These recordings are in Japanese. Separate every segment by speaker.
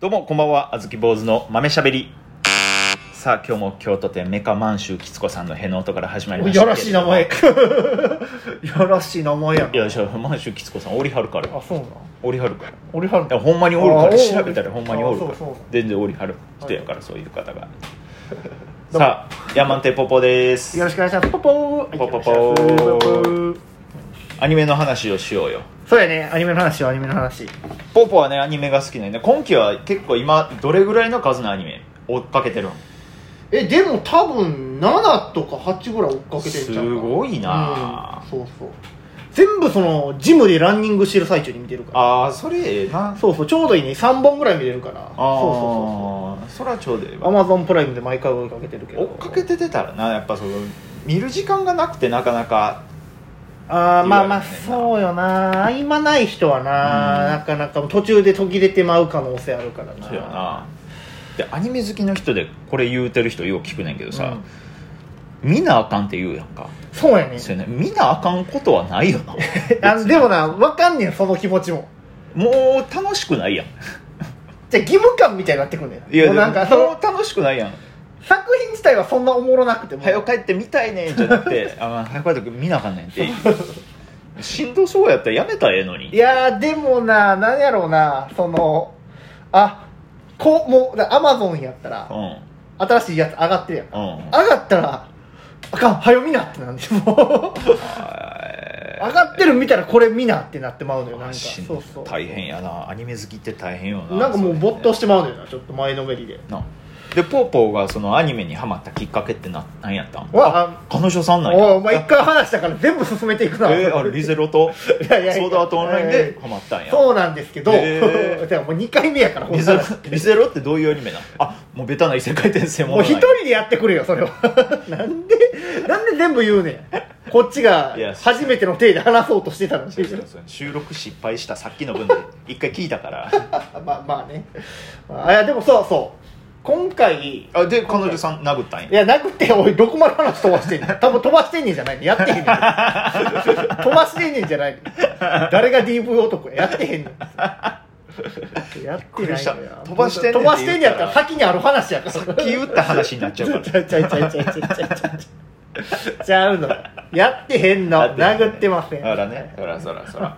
Speaker 1: どうもこんばんはあずき坊主の豆しゃべりさあ今日も京都店メカ満州きつこさんのへの音から始まりました
Speaker 2: やらしい名前 やらしい名前や
Speaker 1: い
Speaker 2: な
Speaker 1: やしょ満州きつこさんおりはるから
Speaker 2: あそうなん
Speaker 1: おりはるからい
Speaker 2: 俺はる
Speaker 1: やほんまにおるか
Speaker 2: あ
Speaker 1: ら
Speaker 2: おる
Speaker 1: 調べたらほんまにおるか
Speaker 2: あ
Speaker 1: ら
Speaker 2: そうそう
Speaker 1: 全然おりはる人やからそういう方が
Speaker 2: も
Speaker 1: さあヤマンテポポです
Speaker 2: よろしくお願いしますポポー
Speaker 1: ポポポ
Speaker 2: はいよろしくお願いします
Speaker 1: アニメの話をしようよ
Speaker 2: そうやねアニメの話はアニメの話
Speaker 1: ポポはねアニメが好きなんで今期は結構今どれぐらいの数のアニメ追っかけてるの
Speaker 2: えでも多分7とか8ぐらい追っかけてんちゃうか
Speaker 1: すごいな
Speaker 2: うんそうそう全部そのジムでランニングしてる最中に見てるから
Speaker 1: ああそれええな
Speaker 2: そうそうちょうどいいね3本ぐらい見れるからそう
Speaker 1: あ
Speaker 2: そう
Speaker 1: あそらちょうどええ
Speaker 2: そうア
Speaker 1: わ
Speaker 2: マゾンプライムで毎回追いかけてるけど
Speaker 1: 追っかけててたらなやっぱその見る時間がなくてなかなか
Speaker 2: ああまあま
Speaker 1: 言われてん
Speaker 2: あ
Speaker 1: な
Speaker 2: そうよな合間ない人はな、
Speaker 1: うん
Speaker 2: なかなか途中で途切れてまう可能性あるからな
Speaker 1: そうやなでアニメ好きの人でこれ言うてる人よう聞くねんけど
Speaker 2: う
Speaker 1: さ
Speaker 2: ん、
Speaker 1: 見なあかんって言うやんか
Speaker 2: そうやね
Speaker 1: そうやね見なあかんことはないよな
Speaker 2: あでも な分かんねんその気持ちも
Speaker 1: もう楽しくないやん
Speaker 2: じゃあ義務感みたいになってくんねん
Speaker 1: いや
Speaker 2: もうなんかそ
Speaker 1: も
Speaker 2: の
Speaker 1: う楽しくないやん
Speaker 2: 作品自体はそんなおもろなくても
Speaker 1: 早く帰って見たいねんじゃなく てあまあ早く帰って見なあかんねんってしんどそうやったらやめたらええの
Speaker 2: い
Speaker 1: に
Speaker 2: やーでもななんやろうなそのあこうもうアマゾンやった
Speaker 1: う
Speaker 2: ら
Speaker 1: ん
Speaker 2: 新しいやつ上がってるやん
Speaker 1: うん
Speaker 2: 上がったらあかん早見なってなんでもう上がってる見たらこれ見なってなってまうのよなんか
Speaker 1: しん
Speaker 2: そうそう
Speaker 1: 大変やなアニメ好きって大変よな
Speaker 2: なんか
Speaker 1: そ
Speaker 2: もう
Speaker 1: れね
Speaker 2: 没頭してまうのよなちょっと前のめりで
Speaker 1: なでぽーぽーがそのアニメにハマったきっかけってな何やったん
Speaker 2: わあ
Speaker 1: 彼女さんなんや
Speaker 2: おいお前一回話したから全部進めていくな
Speaker 1: えーあれリゼロと
Speaker 2: いやいやいや
Speaker 1: ソードアートオンラインでハマったんや
Speaker 2: そうなん ですけど、
Speaker 1: へー
Speaker 2: だからもう2回目やからほん
Speaker 1: リ
Speaker 2: な
Speaker 1: ゼロ
Speaker 2: ら
Speaker 1: リゼロってどういうアニメなのあもうベタな異世界転生も
Speaker 2: もう
Speaker 1: の
Speaker 2: 一人でやってくれよそれは なんでなんで全部言うねんこっちが
Speaker 1: いや
Speaker 2: 初めての体で話そうとしてたのに
Speaker 1: そうそうそう収録失敗したさっきの分で一回聞いたから
Speaker 2: まあまあねあいやでもそうそう今回
Speaker 1: あで彼女さん殴ったんや
Speaker 2: いや、なくて、おい、どこまで話飛ばしてんねん。多分飛ばしてんねんじゃないねんやっ てへんねん。飛ばしてんねんじゃないねん誰が DV 男や。やってへんねん。やってないのよ
Speaker 1: 飛ばしてんねんって言ったら
Speaker 2: 飛ばしてんねんやったら先にある話やから。
Speaker 1: さっき言った話になっち
Speaker 2: ち
Speaker 1: ゃ
Speaker 2: ゃ
Speaker 1: うか
Speaker 2: うちゃうちゃうちゃうちゃうちゃうちゃうちゃう。ちゃうの。やってへんの。
Speaker 1: ら
Speaker 2: 殴ってません。
Speaker 1: あらねそらそらそ ら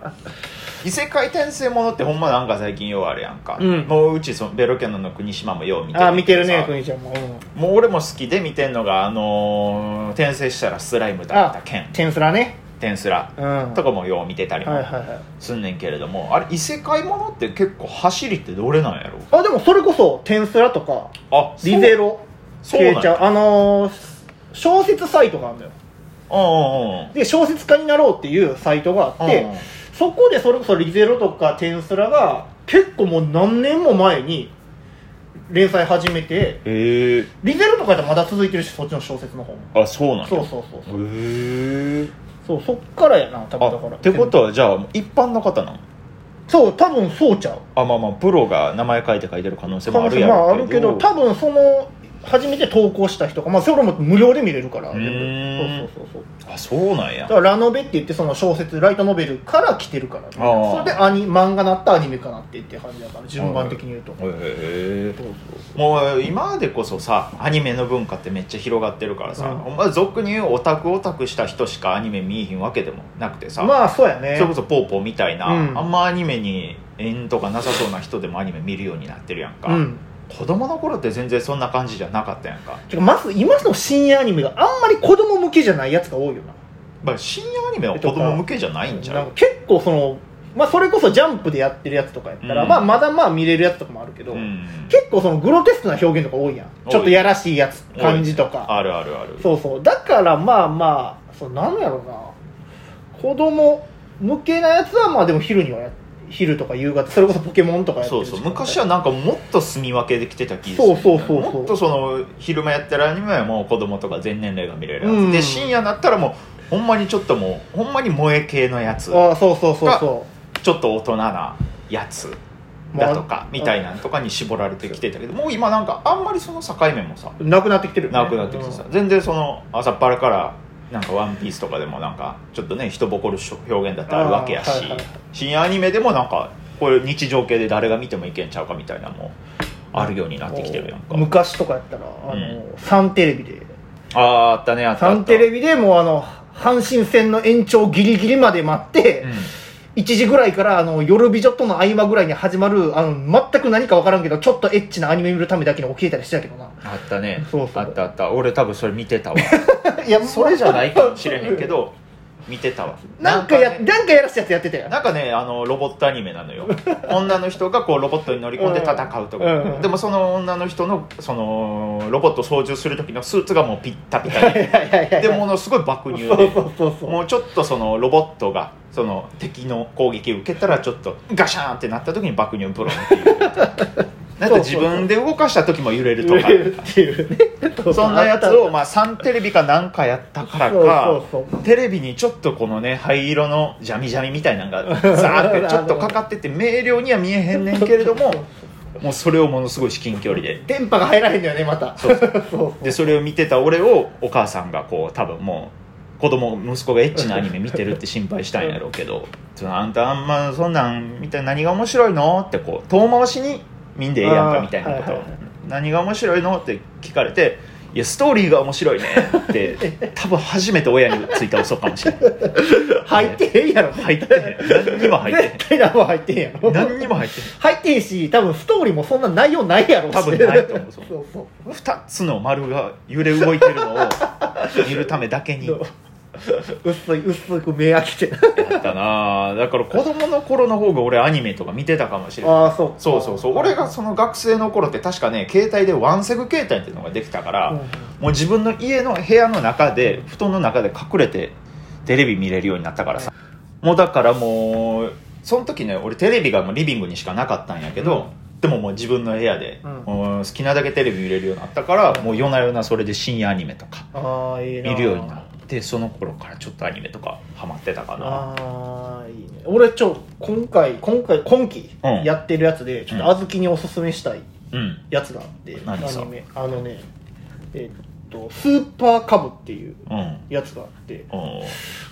Speaker 1: 異世界転生ものってほんまなんか最近ようあれやんか、
Speaker 2: うん
Speaker 1: もううちそのベロキャノンの国島もよう見て
Speaker 2: あ、見てるね、
Speaker 1: さ
Speaker 2: くにちゃんも。うん
Speaker 1: もう俺も好きで見てんのがあのー転生したらスライムだった
Speaker 2: あ
Speaker 1: 剣、
Speaker 2: テンスラね。
Speaker 1: 転スラ
Speaker 2: うん。は
Speaker 1: とかもよう見てたり
Speaker 2: いはい
Speaker 1: も
Speaker 2: はい。
Speaker 1: すんねんけれども、あれ異世界ものって結構走りってどれなんやろ
Speaker 2: あ、でもそれこそ、テンスラとか、
Speaker 1: あそう
Speaker 2: リゼロ
Speaker 1: そうなんや
Speaker 2: 消えちゃうあのー小説サイトがあるのよ
Speaker 1: うんうんうん
Speaker 2: で小説家になろうっていうサイトがあって、
Speaker 1: うんうん
Speaker 2: そこでそれこそ「リゼロ」とか「テンスラ」が結構もう何年も前に連載始めて
Speaker 1: へえ
Speaker 2: 「リゼロ」とかやったらまだ続いてるしそっちの小説の方も
Speaker 1: あそうなんや
Speaker 2: そうそうそうそう
Speaker 1: へえ
Speaker 2: そうそっからやな多分だから
Speaker 1: ってことはじゃあ一般の方なの
Speaker 2: そう多分そうちゃう
Speaker 1: あまあまあプロが名前書いて書いてる可能性もあるや
Speaker 2: まああ
Speaker 1: ろ
Speaker 2: る
Speaker 1: うけ
Speaker 2: け
Speaker 1: ど
Speaker 2: ど多分その初めて投稿した人がまあそれも無料で見れるから
Speaker 1: うーん
Speaker 2: そうそうそうそう
Speaker 1: あそうなん
Speaker 2: だ
Speaker 1: や
Speaker 2: からラノベって言ってその小説ライトノベルから来てるからね
Speaker 1: ああ
Speaker 2: それでアニ漫画なったアニメかなってって感じだから順番的に言うと、
Speaker 1: へえ
Speaker 2: そう
Speaker 1: もう今までこそさアニメの文化ってめっちゃ広がってるからさ、
Speaker 2: うん
Speaker 1: お前俗に言うオタクオタクした人しかアニメ見えひんわけでもなくてさ、
Speaker 2: そうまあそうやね
Speaker 1: それこそポーポーみたいな、
Speaker 2: うん
Speaker 1: あんまアニメに縁とかなさそうな人でもアニメ見るようになってるやんか、
Speaker 2: うん
Speaker 1: 子供の頃って全然そんな感じじゃなかったやんか、
Speaker 2: てかまず今の深夜アニメがあんまり子供向けじゃないやつが多いよな
Speaker 1: まあ、深夜アニメは子供向けじゃないんじゃ
Speaker 2: な
Speaker 1: うん
Speaker 2: か結構その、まあ、それこそジャンプでやってるやつとかやったら、
Speaker 1: うん
Speaker 2: まあ、まだまあ見れるやつとかもあるけど、
Speaker 1: うん
Speaker 2: 結構そのグロテスクな表現とか多いやん
Speaker 1: 多い
Speaker 2: ちょっとやらしいやつ感じとか
Speaker 1: あるあるある
Speaker 2: そうそうだからまあまあそうなんやろうな子供向けなやつはまあでも昼にはや昼とか夕方それこそポケモンとかやって
Speaker 1: そ
Speaker 2: る
Speaker 1: う
Speaker 2: し
Speaker 1: そう昔はなんかもっと住み分けできてた気がする
Speaker 2: そうそうそうそう
Speaker 1: もっとその昼間やってるアニメはもう子供とか全年齢が見れるやつ、
Speaker 2: うん
Speaker 1: で深夜になったらもうほんまにちょっともうほんまに萌え系のやつ
Speaker 2: ああそうそうそうそ
Speaker 1: ちょっと大人なやつだとかみたいなんとかに絞られてきてたけどもう今なんかあんまりその境目もさ
Speaker 2: うなくなってきてるよね
Speaker 1: なくなってきてさ全然その朝っぱらからなんか「ワンピースとかでもなんかちょっとね人ぼこる表現だってあるわけやし
Speaker 2: あーはいはい
Speaker 1: 深夜アニメでもなんかこれ日常系で誰が見てもいけんちゃうかみたいなのもあるようになってきてるやんか
Speaker 2: 昔とかやったらあの、サンテレビで
Speaker 1: あああったねあったあ
Speaker 2: サ
Speaker 1: った
Speaker 2: ンテレビでもうあの阪神戦の延長ギリギリまで待って、
Speaker 1: うん
Speaker 2: 1時ぐらいからあの夜美女との合間ぐらいに始まるあの全く何か分からんけどちょっとエッチなアニメ見るためだけに起きてたりしてたけどな
Speaker 1: あったね
Speaker 2: そうそう
Speaker 1: あったあった俺多分それ見てたわ
Speaker 2: いや
Speaker 1: それじゃないかもしれへんけど見てたわ
Speaker 2: なんかや
Speaker 1: ね
Speaker 2: なんかやらしたやつやってたよ
Speaker 1: なんかねあのロボットアニメなの よ女の人がこうロボットに乗り込んで戦うとか、
Speaker 2: うん
Speaker 1: でもその女の人のそのロボットを操縦する時のスーツがもうピッタピタ
Speaker 2: い
Speaker 1: に
Speaker 2: やいやいやい
Speaker 1: で
Speaker 2: や
Speaker 1: ものすごい爆乳
Speaker 2: そう
Speaker 1: で
Speaker 2: そうそうそう
Speaker 1: もうちょっとそのロボットがその敵の攻撃を受けたらちょっとガシャーンってなった時に爆乳ブロンっていう なんか自分で動かした時も揺れるとか
Speaker 2: 売れるっていうね
Speaker 1: そんなやつをまあ3テレビかなんかやったからか
Speaker 2: そうそう
Speaker 1: テレビにちょっとこのね灰色のジャミジャミみたいなのがザーってちょっとかかってて明瞭には見えへんねんけれどももうそれをものすごい至近距離で
Speaker 2: 電波が入らへんのよねまた
Speaker 1: そうそ
Speaker 2: そう
Speaker 1: でそれを見てた俺をお母さんがこう多分もう子供息子がエッチなアニメ見てるって心配したんやろうけど「そのあんたあんまそんなん見て何が面白いの?」ってこう遠回しに「見んでええやんか」みたいなこと
Speaker 2: あー
Speaker 1: を
Speaker 2: はいはいはい
Speaker 1: 「何が面白いの?」って聞かれて「いやストーリーが面白いね」って多分初めて親についた嘘かもしれない
Speaker 2: 入ってへんやろ
Speaker 1: 入ってへん何にも入って
Speaker 2: 絶対何も入ってへんや
Speaker 1: へ
Speaker 2: ろ
Speaker 1: ん何にも入ってへん
Speaker 2: 入ってへんし多分ストーリーもそんな内容ないやろ
Speaker 1: 多分ないと思う
Speaker 2: そ
Speaker 1: そうう
Speaker 2: そう
Speaker 1: 2つの丸が揺れ動いてるのを見るためだけに
Speaker 2: そう薄い薄く目開けて
Speaker 1: やったなあだから子供の頃の方が俺アニメとか見てたかもしれない
Speaker 2: ああそうか
Speaker 1: そうそうそう俺がその学生の頃って確かね携帯でワンセグ携帯っていうのができたから、
Speaker 2: うん
Speaker 1: もう自分の家の部屋の中で布団の中で隠れてテレビ見れるようになったからさ、もうだからもうその時ね俺テレビがもうリビングにしかなかったんやけど、でももう自分の部屋で、
Speaker 2: うん
Speaker 1: もう好きなだけテレビ見れるようになったからもう夜な夜なそれで深夜アニメとか
Speaker 2: ああいいな
Speaker 1: 見るようになってその頃からちょっとアニメとかハマってたかな
Speaker 2: ああいいね俺ちょ今回今回今期
Speaker 1: うん
Speaker 2: やってるやつで、ちょっと
Speaker 1: うん
Speaker 2: 小豆におすすめしたい
Speaker 1: うん
Speaker 2: やつがあって、
Speaker 1: 何
Speaker 2: ア
Speaker 1: さ
Speaker 2: ニメあのねえっとスーパーカブっていう
Speaker 1: うん
Speaker 2: やつがあって
Speaker 1: うん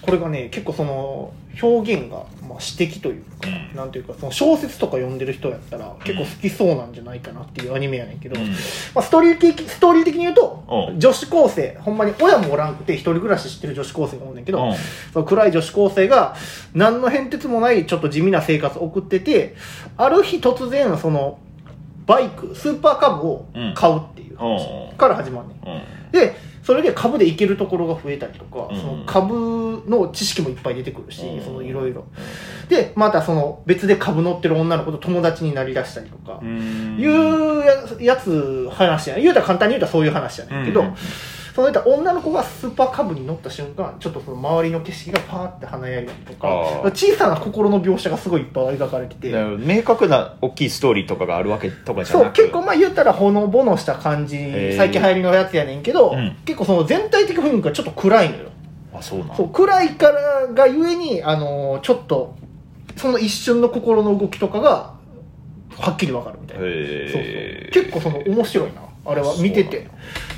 Speaker 2: これがね結構その表現が、まあ、詩的というか、
Speaker 1: うん
Speaker 2: なんというかその小説とか読んでる人やったら結構好きそうなんじゃないかなっていうアニメやねんけど、
Speaker 1: うん
Speaker 2: まあ、ストーリー的ストーリー的に言うと、
Speaker 1: うん
Speaker 2: 女子高生ほんまに親もおらんくて一人暮らししてる女子高生がおんねんけど、
Speaker 1: うん
Speaker 2: その暗い女子高生が何の変哲もないちょっと地味な生活を送っててある日突然そのバイクスーパーカブを買うっていう話
Speaker 1: うん
Speaker 2: から始まんねん
Speaker 1: うん
Speaker 2: でそれで株で行けるところが増えたりとか、
Speaker 1: うん
Speaker 2: その株の知識もいっぱい出てくるし、
Speaker 1: うん
Speaker 2: そのいろいろでまたその別で株乗ってる女の子と友達になりだしたりとか、
Speaker 1: うん
Speaker 2: いうややつ話やね言うたら簡単に言うたらそういう話やねんけど、
Speaker 1: うん
Speaker 2: その言ったら女の子がスーパーカブに乗った瞬間ちょっとその周りの景色がパーって華やいだりとか
Speaker 1: あー
Speaker 2: 小さな心の描写がすごいいっぱい描かれてて、
Speaker 1: だから明確な大きいストーリーとかがあるわけとかじゃ
Speaker 2: そ
Speaker 1: な
Speaker 2: う
Speaker 1: く
Speaker 2: 結構まあ言ったらほのぼのした感じ
Speaker 1: ー
Speaker 2: 最近流行りのやつやねんけど、
Speaker 1: うん
Speaker 2: 結構その全体的雰囲気がちょっと暗いのよ
Speaker 1: あそうなん
Speaker 2: そう暗いからがゆえに、あのーちょっとその一瞬の心の動きとかがはっきりわかるみたいな、
Speaker 1: へ
Speaker 2: そうそう結構その面白いなあれは見てて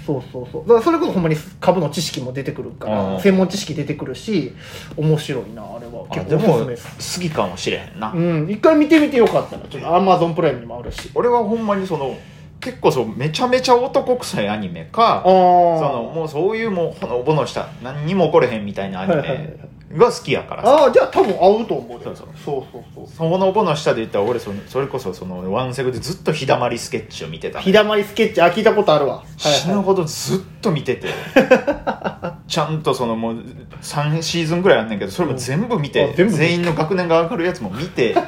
Speaker 2: そうそうそうだからそれこそほんまに株の知識も出てくるか
Speaker 1: う
Speaker 2: ら
Speaker 1: ん
Speaker 2: 専門知識出てくるし面白いなあれは
Speaker 1: あ
Speaker 2: 結
Speaker 1: で
Speaker 2: 構おす
Speaker 1: も
Speaker 2: すめ
Speaker 1: 好
Speaker 2: です
Speaker 1: きかもしれへんな、
Speaker 2: うん一回見てみてよかったらちょっとアマゾンプライムにもあるし
Speaker 1: 俺はほんまにその結構そうめちゃめちゃ男臭いアニメか
Speaker 2: ああ
Speaker 1: そのもうそういうもうほのぼのした何にも起これへんみたいなアニ
Speaker 2: はいはいは
Speaker 1: メが好きやからさ
Speaker 2: ああじゃあ多分合うと思うで
Speaker 1: そうそう
Speaker 2: そうそうそう
Speaker 1: ほのぼのしたで言ったら俺そのそれこそそのワンセグでずっと日だまりスケッチを見てたの
Speaker 2: 日だまりスケッチあ聞いたことあるわ、
Speaker 1: 死ぬほどずっと見 ててちゃんとそのもう3シーズンぐらいあんねんけどそれも全部見
Speaker 2: うん
Speaker 1: て
Speaker 2: あ全部見て
Speaker 1: 全員の学年が上がるやつも見て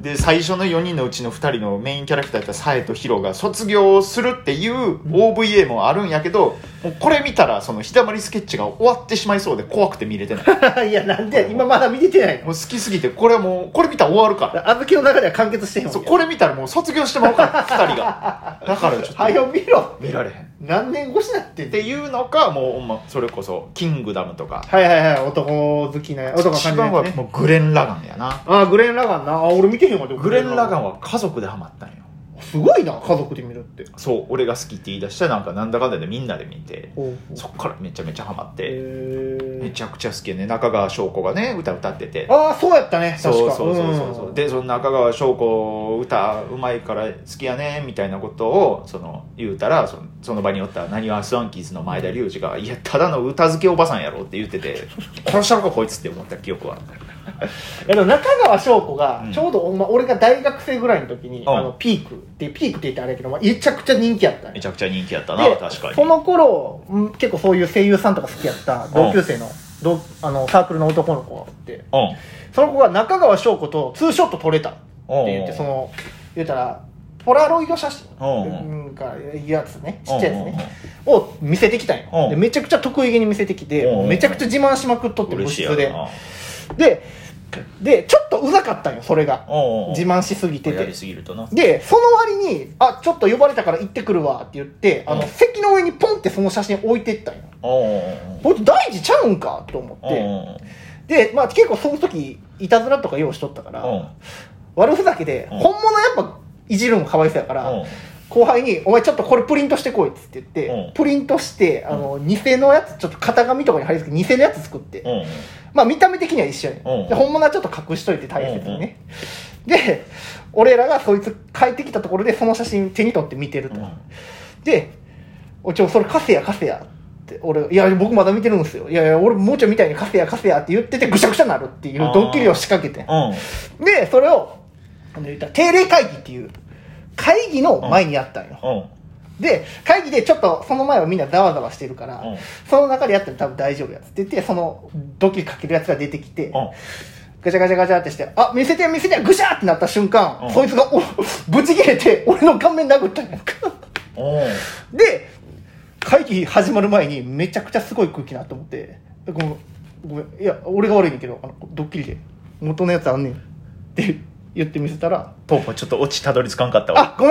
Speaker 1: で最初の4人のうちの2人のメインキャラクターやったサエとヒロが卒業するっていう OVA もあるんやけどもうこれ見たらその日だまりスケッチが終わってしまいそうで怖くて見れ てないも
Speaker 2: はいはいいやなんで今まだ見れてないうの
Speaker 1: 好きすぎてこれはもうこれ見たら終わるか
Speaker 2: あずきの中では完結してへん
Speaker 1: ら
Speaker 2: わ
Speaker 1: そうこれ見たらもう卒業してまうから2人が だからちょ
Speaker 2: は
Speaker 1: っと
Speaker 2: よ見ろ
Speaker 1: 見られへん
Speaker 2: 何年越しなって
Speaker 1: っ
Speaker 2: んの
Speaker 1: ていうのかもうほんまそれこそ「キングダム」とか
Speaker 2: はいはいはい男好きな男が
Speaker 1: 一
Speaker 2: 感じな
Speaker 1: 番
Speaker 2: や
Speaker 1: は
Speaker 2: つね
Speaker 1: もうグレン・ラガンやな
Speaker 2: ああグレン・ラガンなあ俺見てへんわでも
Speaker 1: グレン・ラガ
Speaker 2: ン
Speaker 1: ンは家族でハマったんよ
Speaker 2: すごいな家族で見るって
Speaker 1: そう俺が好きって言い出してなんかなんだかんだでみんなで見て
Speaker 2: ほう
Speaker 1: そっからめちゃめちゃハマって
Speaker 2: へ
Speaker 1: めちゃくちゃ好きやね中川翔子がね歌歌ってて
Speaker 2: ああそうやったね
Speaker 1: そう
Speaker 2: 確か
Speaker 1: そうそうそうそう、
Speaker 2: ん
Speaker 1: でその中川翔子歌うまいから好きやねみたいなことをその言うたらそのその場におったなにわスワンキーズの前田隆二が「いやただの歌漬けおばさんやろ」って言ってて 「殺したのかこいつ」って思った記憶は
Speaker 2: えでも中川翔子が
Speaker 1: うん
Speaker 2: ちょうど、ほんま俺が大学生ぐらいの時に、
Speaker 1: ん
Speaker 2: あのピークってピークって言ったらあれやけど、まあ、めちゃくちゃ人気やったん
Speaker 1: め
Speaker 2: よ
Speaker 1: ちゃくちゃ人気やったな
Speaker 2: で
Speaker 1: 確か
Speaker 2: そ
Speaker 1: に
Speaker 2: の頃うん結構そういう声優さんとか好きやった同級生の,、同あのサークルの男の子っ
Speaker 1: う
Speaker 2: て
Speaker 1: ん
Speaker 2: その子が中川翔子とツーショット撮れたって言っ
Speaker 1: おう
Speaker 2: てその言ったらポラロイド写真
Speaker 1: おう
Speaker 2: がいいやつねちっちゃいやつね
Speaker 1: うん
Speaker 2: を見せてきたん
Speaker 1: お
Speaker 2: よ
Speaker 1: う
Speaker 2: でめちゃくちゃ得意げに見せてきて
Speaker 1: おう
Speaker 2: めちゃくちゃ自慢しまくっとって部
Speaker 1: 嬉しい
Speaker 2: 室
Speaker 1: やろ
Speaker 2: で
Speaker 1: な
Speaker 2: ででちょっとうざかったんよそれが
Speaker 1: おうおう
Speaker 2: 自慢しすぎて
Speaker 1: やり
Speaker 2: て
Speaker 1: すぎるとな
Speaker 2: でその割に「あちょっと呼ばれたから行ってくるわ」って言ってあ
Speaker 1: う
Speaker 2: の
Speaker 1: ん
Speaker 2: 席の上にポンってその写真置いてったんよ
Speaker 1: おうおう
Speaker 2: こいつ大事ちゃうんかと思っ
Speaker 1: おう
Speaker 2: て
Speaker 1: おう
Speaker 2: でまあ結構その時いたずらとか用意しとったから
Speaker 1: おう
Speaker 2: 悪ふざけで
Speaker 1: うん
Speaker 2: 本物やっぱいじるのかわいそうやから
Speaker 1: おう
Speaker 2: 後輩に「お前ちょっとこれプリントしてこい」っつって言って、
Speaker 1: うん
Speaker 2: プリントしてあの偽のやつちょっと型紙とかに貼り付けて偽のやつ作って、
Speaker 1: おう
Speaker 2: まあ見た目的には一緒やね、
Speaker 1: うん
Speaker 2: で本物はちょっと隠しといて大切にね、で俺らがそいつ帰ってきたところでその写真手に取って見てると、で「おちょそれカセやカセや」って俺「いや僕まだ見てるんですよいやいや俺もうちょいみたいにカセやカセや」って言っててぐしゃぐしゃなるっていうドッキリを仕掛けてん
Speaker 1: おう
Speaker 2: でそれをあの言ったら定例会議っていう会議の前にやったんよ、
Speaker 1: おう
Speaker 2: で会議でちょっとその前はみんなざわざわしてるから、
Speaker 1: うん
Speaker 2: その中でやったら多分大丈夫やつって言ってそのドッキリかけるやつが出てきて、
Speaker 1: おう
Speaker 2: ガチャガチャガチャってして「あ見せて見せて」ぐしゃーってなった瞬間、
Speaker 1: うん
Speaker 2: そいつがおぶち切れて俺の顔面殴ったんやんか
Speaker 1: おう
Speaker 2: で会議始まる前にめちゃくちゃすごい空気なと思って「ごめんごめんいや俺が悪いねんけどあのドッキリで元のやつあんねん」って言って見せたら
Speaker 1: ポーポーちょっとオチたどり着かんかった
Speaker 2: 「
Speaker 1: わ
Speaker 2: あごめん